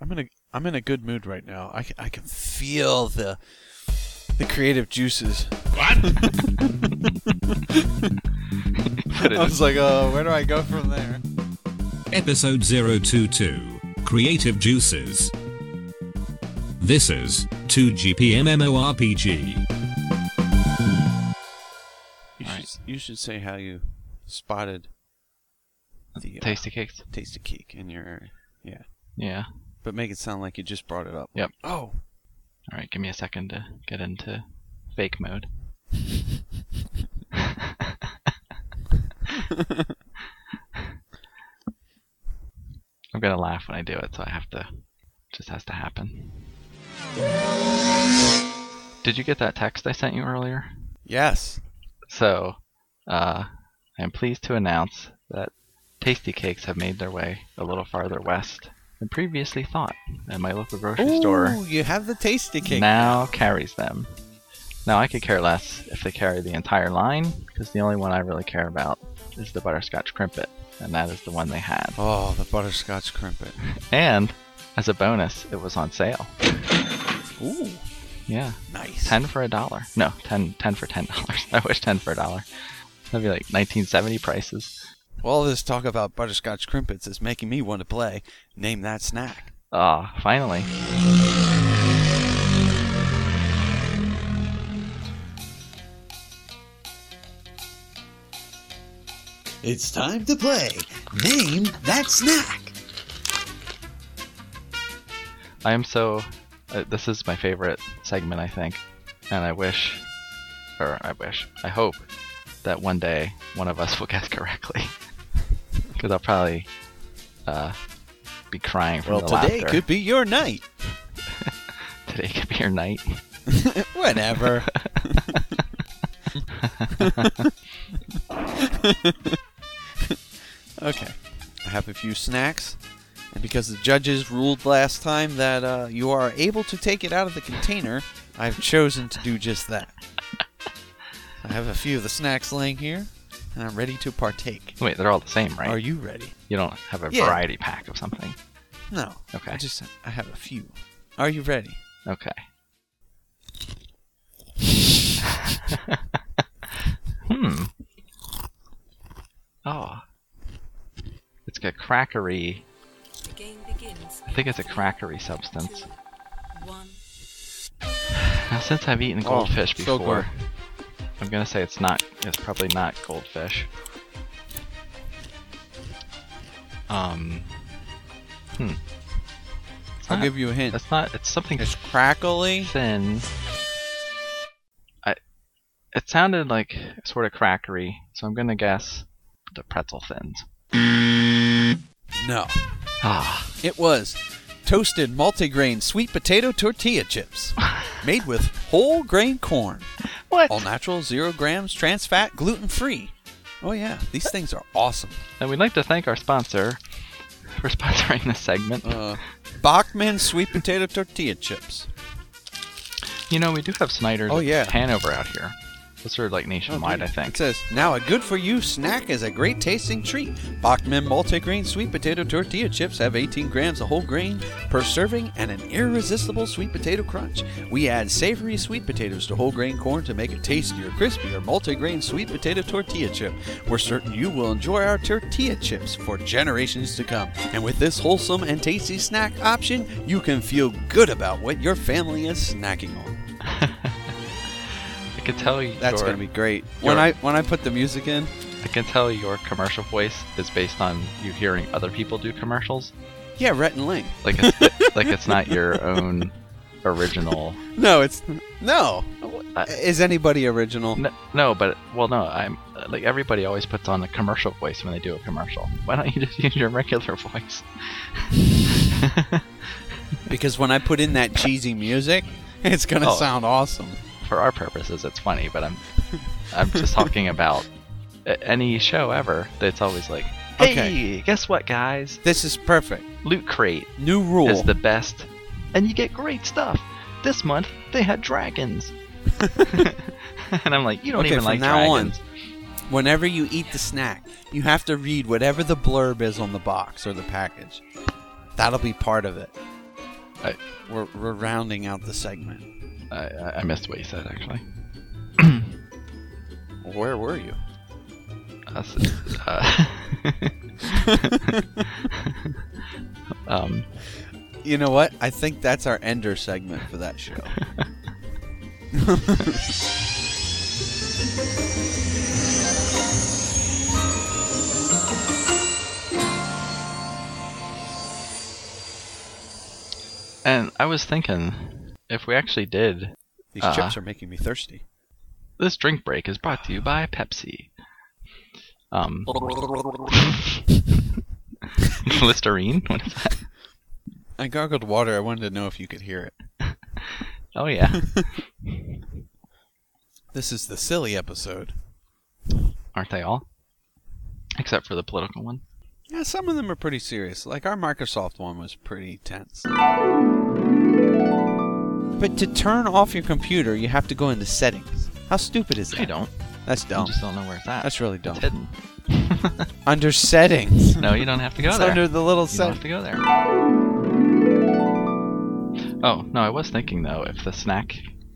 I'm in a I'm in a good mood right now. I can, I can feel the the creative juices. I was like, oh, where do I go from there? Episode 022 Creative Juices. This is 2GPMMORPG. You All should you should say how you spotted the uh, Tasty cakes. taste of cake in your yeah, Yeah. but make it sound like you just brought it up. Yep. Oh, All right, give me a second to get into fake mode. I'm gonna laugh when I do it, so I have to. Just has to happen. Did you get that text I sent you earlier? yes. So, uh, I am pleased to announce that Tasty Cakes have made their way a little farther west than previously thought, and my local grocery store Ooh, you have the tasty cake. now carries them. Now I could care less if they carry the entire line, because the only one I really care about is the butterscotch crimpet, and that is the one they had. Oh, the butterscotch crimpet. And as a bonus, it was on sale. Ooh, Yeah, nice. ten for a dollar. No, 10, 10 for ten dollars. I wish ten for a dollar. That'd be like 1970 prices. All this talk about butterscotch crimpets is making me want to play. Name that snack. Ah, finally. It's time to play. Name that snack. I am so. Uh, this is my favorite segment, I think, and I wish, or I wish, I hope that one day one of us will guess correctly, because I'll probably uh, be crying from Well, the today laughter. could be your night. today could be your night. Whatever. okay. I have a few snacks. And because the judges ruled last time that uh, you are able to take it out of the container, I've chosen to do just that. I have a few of the snacks laying here, and I'm ready to partake. Wait, they're all the same, right? Are you ready? You don't have a Yeah. variety pack of something. No. Okay. I just I have a few. Are you ready? Okay. hmm. Oh. It's got crackery. The game begins. I think it's a crackery substance. One. Now, since I've eaten Oh, goldfish so before, I'm gonna say it's not. It's probably not goldfish. Um. Hmm. It's I'll not- give you a hint. It's not. It's something It's crackly. thin. I, it sounded like sort of crackery, so I'm gonna guess the pretzel thins. No. Ah, It was toasted multigrain sweet potato tortilla chips made with whole grain corn, what? all natural, zero grams, trans fat, gluten free. Oh, yeah, these things are awesome. And we'd like to thank our sponsor for sponsoring this segment. Uh, Bachman sweet potato tortilla chips. you know, we do have Snyder's Oh, at yeah. Hanover out here. Those are like nationwide, I It think. says, now a good for you snack is a great tasting treat. Bachman multigrain sweet potato tortilla chips have 18 grams of whole grain per serving and an irresistible sweet potato crunch. We add savory sweet potatoes to whole grain corn to make a tastier, crispier multigrain sweet potato tortilla chip. We're certain you will enjoy our tortilla chips for generations to come. And with this wholesome and tasty snack option, you can feel good about what your family is snacking on. I can tell you. That's your, gonna be great. Your- When I when I put the music in, I can tell your commercial voice is based on you hearing other people do commercials. yeah, Rhett and Link. Like it's like it's not your own original. No, it's no. I- Is anybody original? No, no, but well, no. I'm like everybody always puts on a commercial voice when they do a commercial. Why don't you just use your regular voice? Because when I put in that cheesy music, it's gonna Oh. sound awesome. For our purposes, it's funny, but I'm I'm just talking about a- any show ever that's always like, hey, Okay. guess what, guys? This is perfect. Loot Crate New rule. is the best, and you get great stuff. This month they had dragons, and I'm like, you don't Okay, even from like now on, dragons. Whenever you eat the snack, you have to read whatever the blurb is on the box or the package. That'll be part of it. I, We're, we're rounding out the segment. I, I- I missed what you said actually. Where were you? Uh, s- uh, um, You know what? I think that's our ender segment for that show. and I was thinking, if we actually did, These Uh-huh. chips are making me thirsty. this drink break is brought to you by Pepsi. Um, Listerine? What is that? I gargled water. I wanted to know if you could hear it. Oh yeah, This is the silly episode. aren't they all? Except for the political one. Yeah, some of them are pretty serious. Like our Microsoft one was pretty tense. But to turn off your computer, you have to go into settings. How stupid is that? I don't. That's I dumb. just don't know where it's at. That's really dumb. It's hidden. Under settings. No, you don't have to go it's there. under the little You don't have set. to go there. Oh, no, I was thinking though, if the snack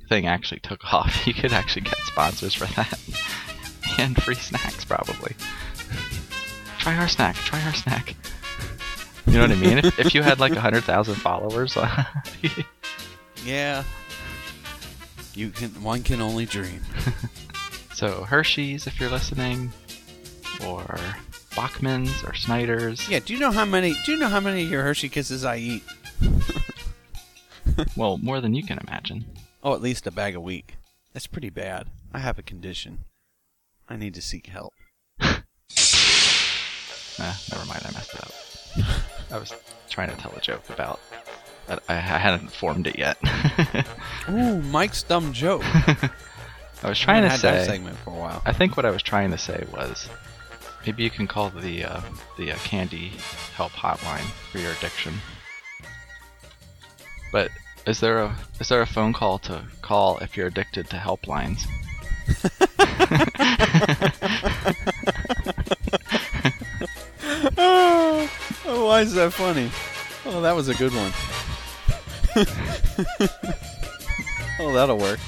thing actually took off, you could actually get sponsors for that. and free snacks, probably. Try our snack, try our snack. You know what I mean? if, if you had like 100,000 followers, Yeah. You can. One can only dream. so Hershey's if you're listening, or Bachman's or Snyder's. Yeah. Do you know how many? Do you know how many of your Hershey Kisses I eat? Well, more than you can imagine. Oh, at least a bag a week. That's pretty bad. I have a condition. I need to seek help. Uh, never mind, I messed it up. I was trying to tell a joke about. But I, I hadn't formed it yet. I Ooh, Mike's dumb joke. was trying to had that say. segment for a while. I think what I was trying to say was, maybe you can call the uh, the uh, candy help hotline for your addiction. But is there a is there a phone call to call if you're addicted to helplines? oh, why is that funny? Oh, that was a good one. oh, that'll work.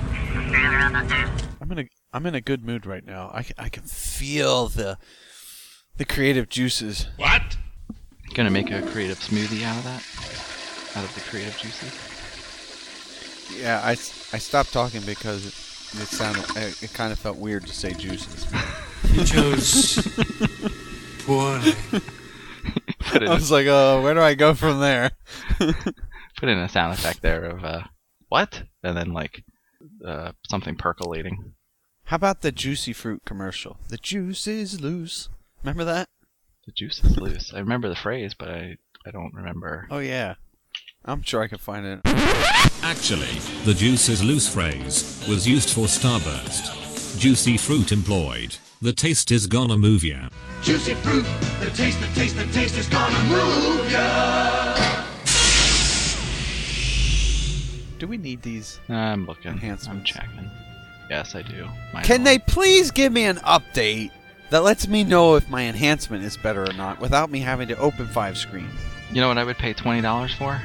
I'm in a I'm in a good mood right now. I can, I can feel the the creative juices. Gonna make a creative smoothie out of that, out of the creative juices. Yeah, I, s- I stopped talking because it, it sounded it, it kind of felt weird to say juices. You chose poorly. Put it I was like, uh, where do I go from there? put in a sound effect there of uh, what, and then like uh, something percolating. How about the juicy fruit commercial? The juice is loose. Remember that? The juice is loose. I remember the phrase, but I I don't remember. Oh yeah. I'm sure I can find it. Actually, the juice is loose phrase was used for Starburst. Juicy fruit employed. The taste is gonna move ya. Juicy fruit, the taste, the taste, the taste is gonna move ya. Do we need these? I'm looking. I'm Enhancements. checking. Yes, I do. My Can they fault. please give me an update that lets me know if my enhancement is better or not without me having to open five screens? You know what I would pay twenty dollars for?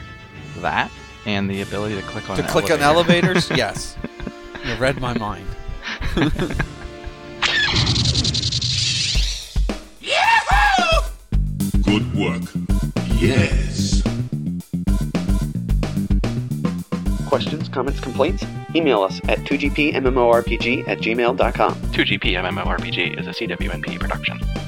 That and the ability to click on to an click on elevator. elevators? yes. You read my mind. Good work. Yes. Questions, comments, complaints? Email us at 2gpmmorpg at gmail.com. 2GP MMORPG is a CWNP production.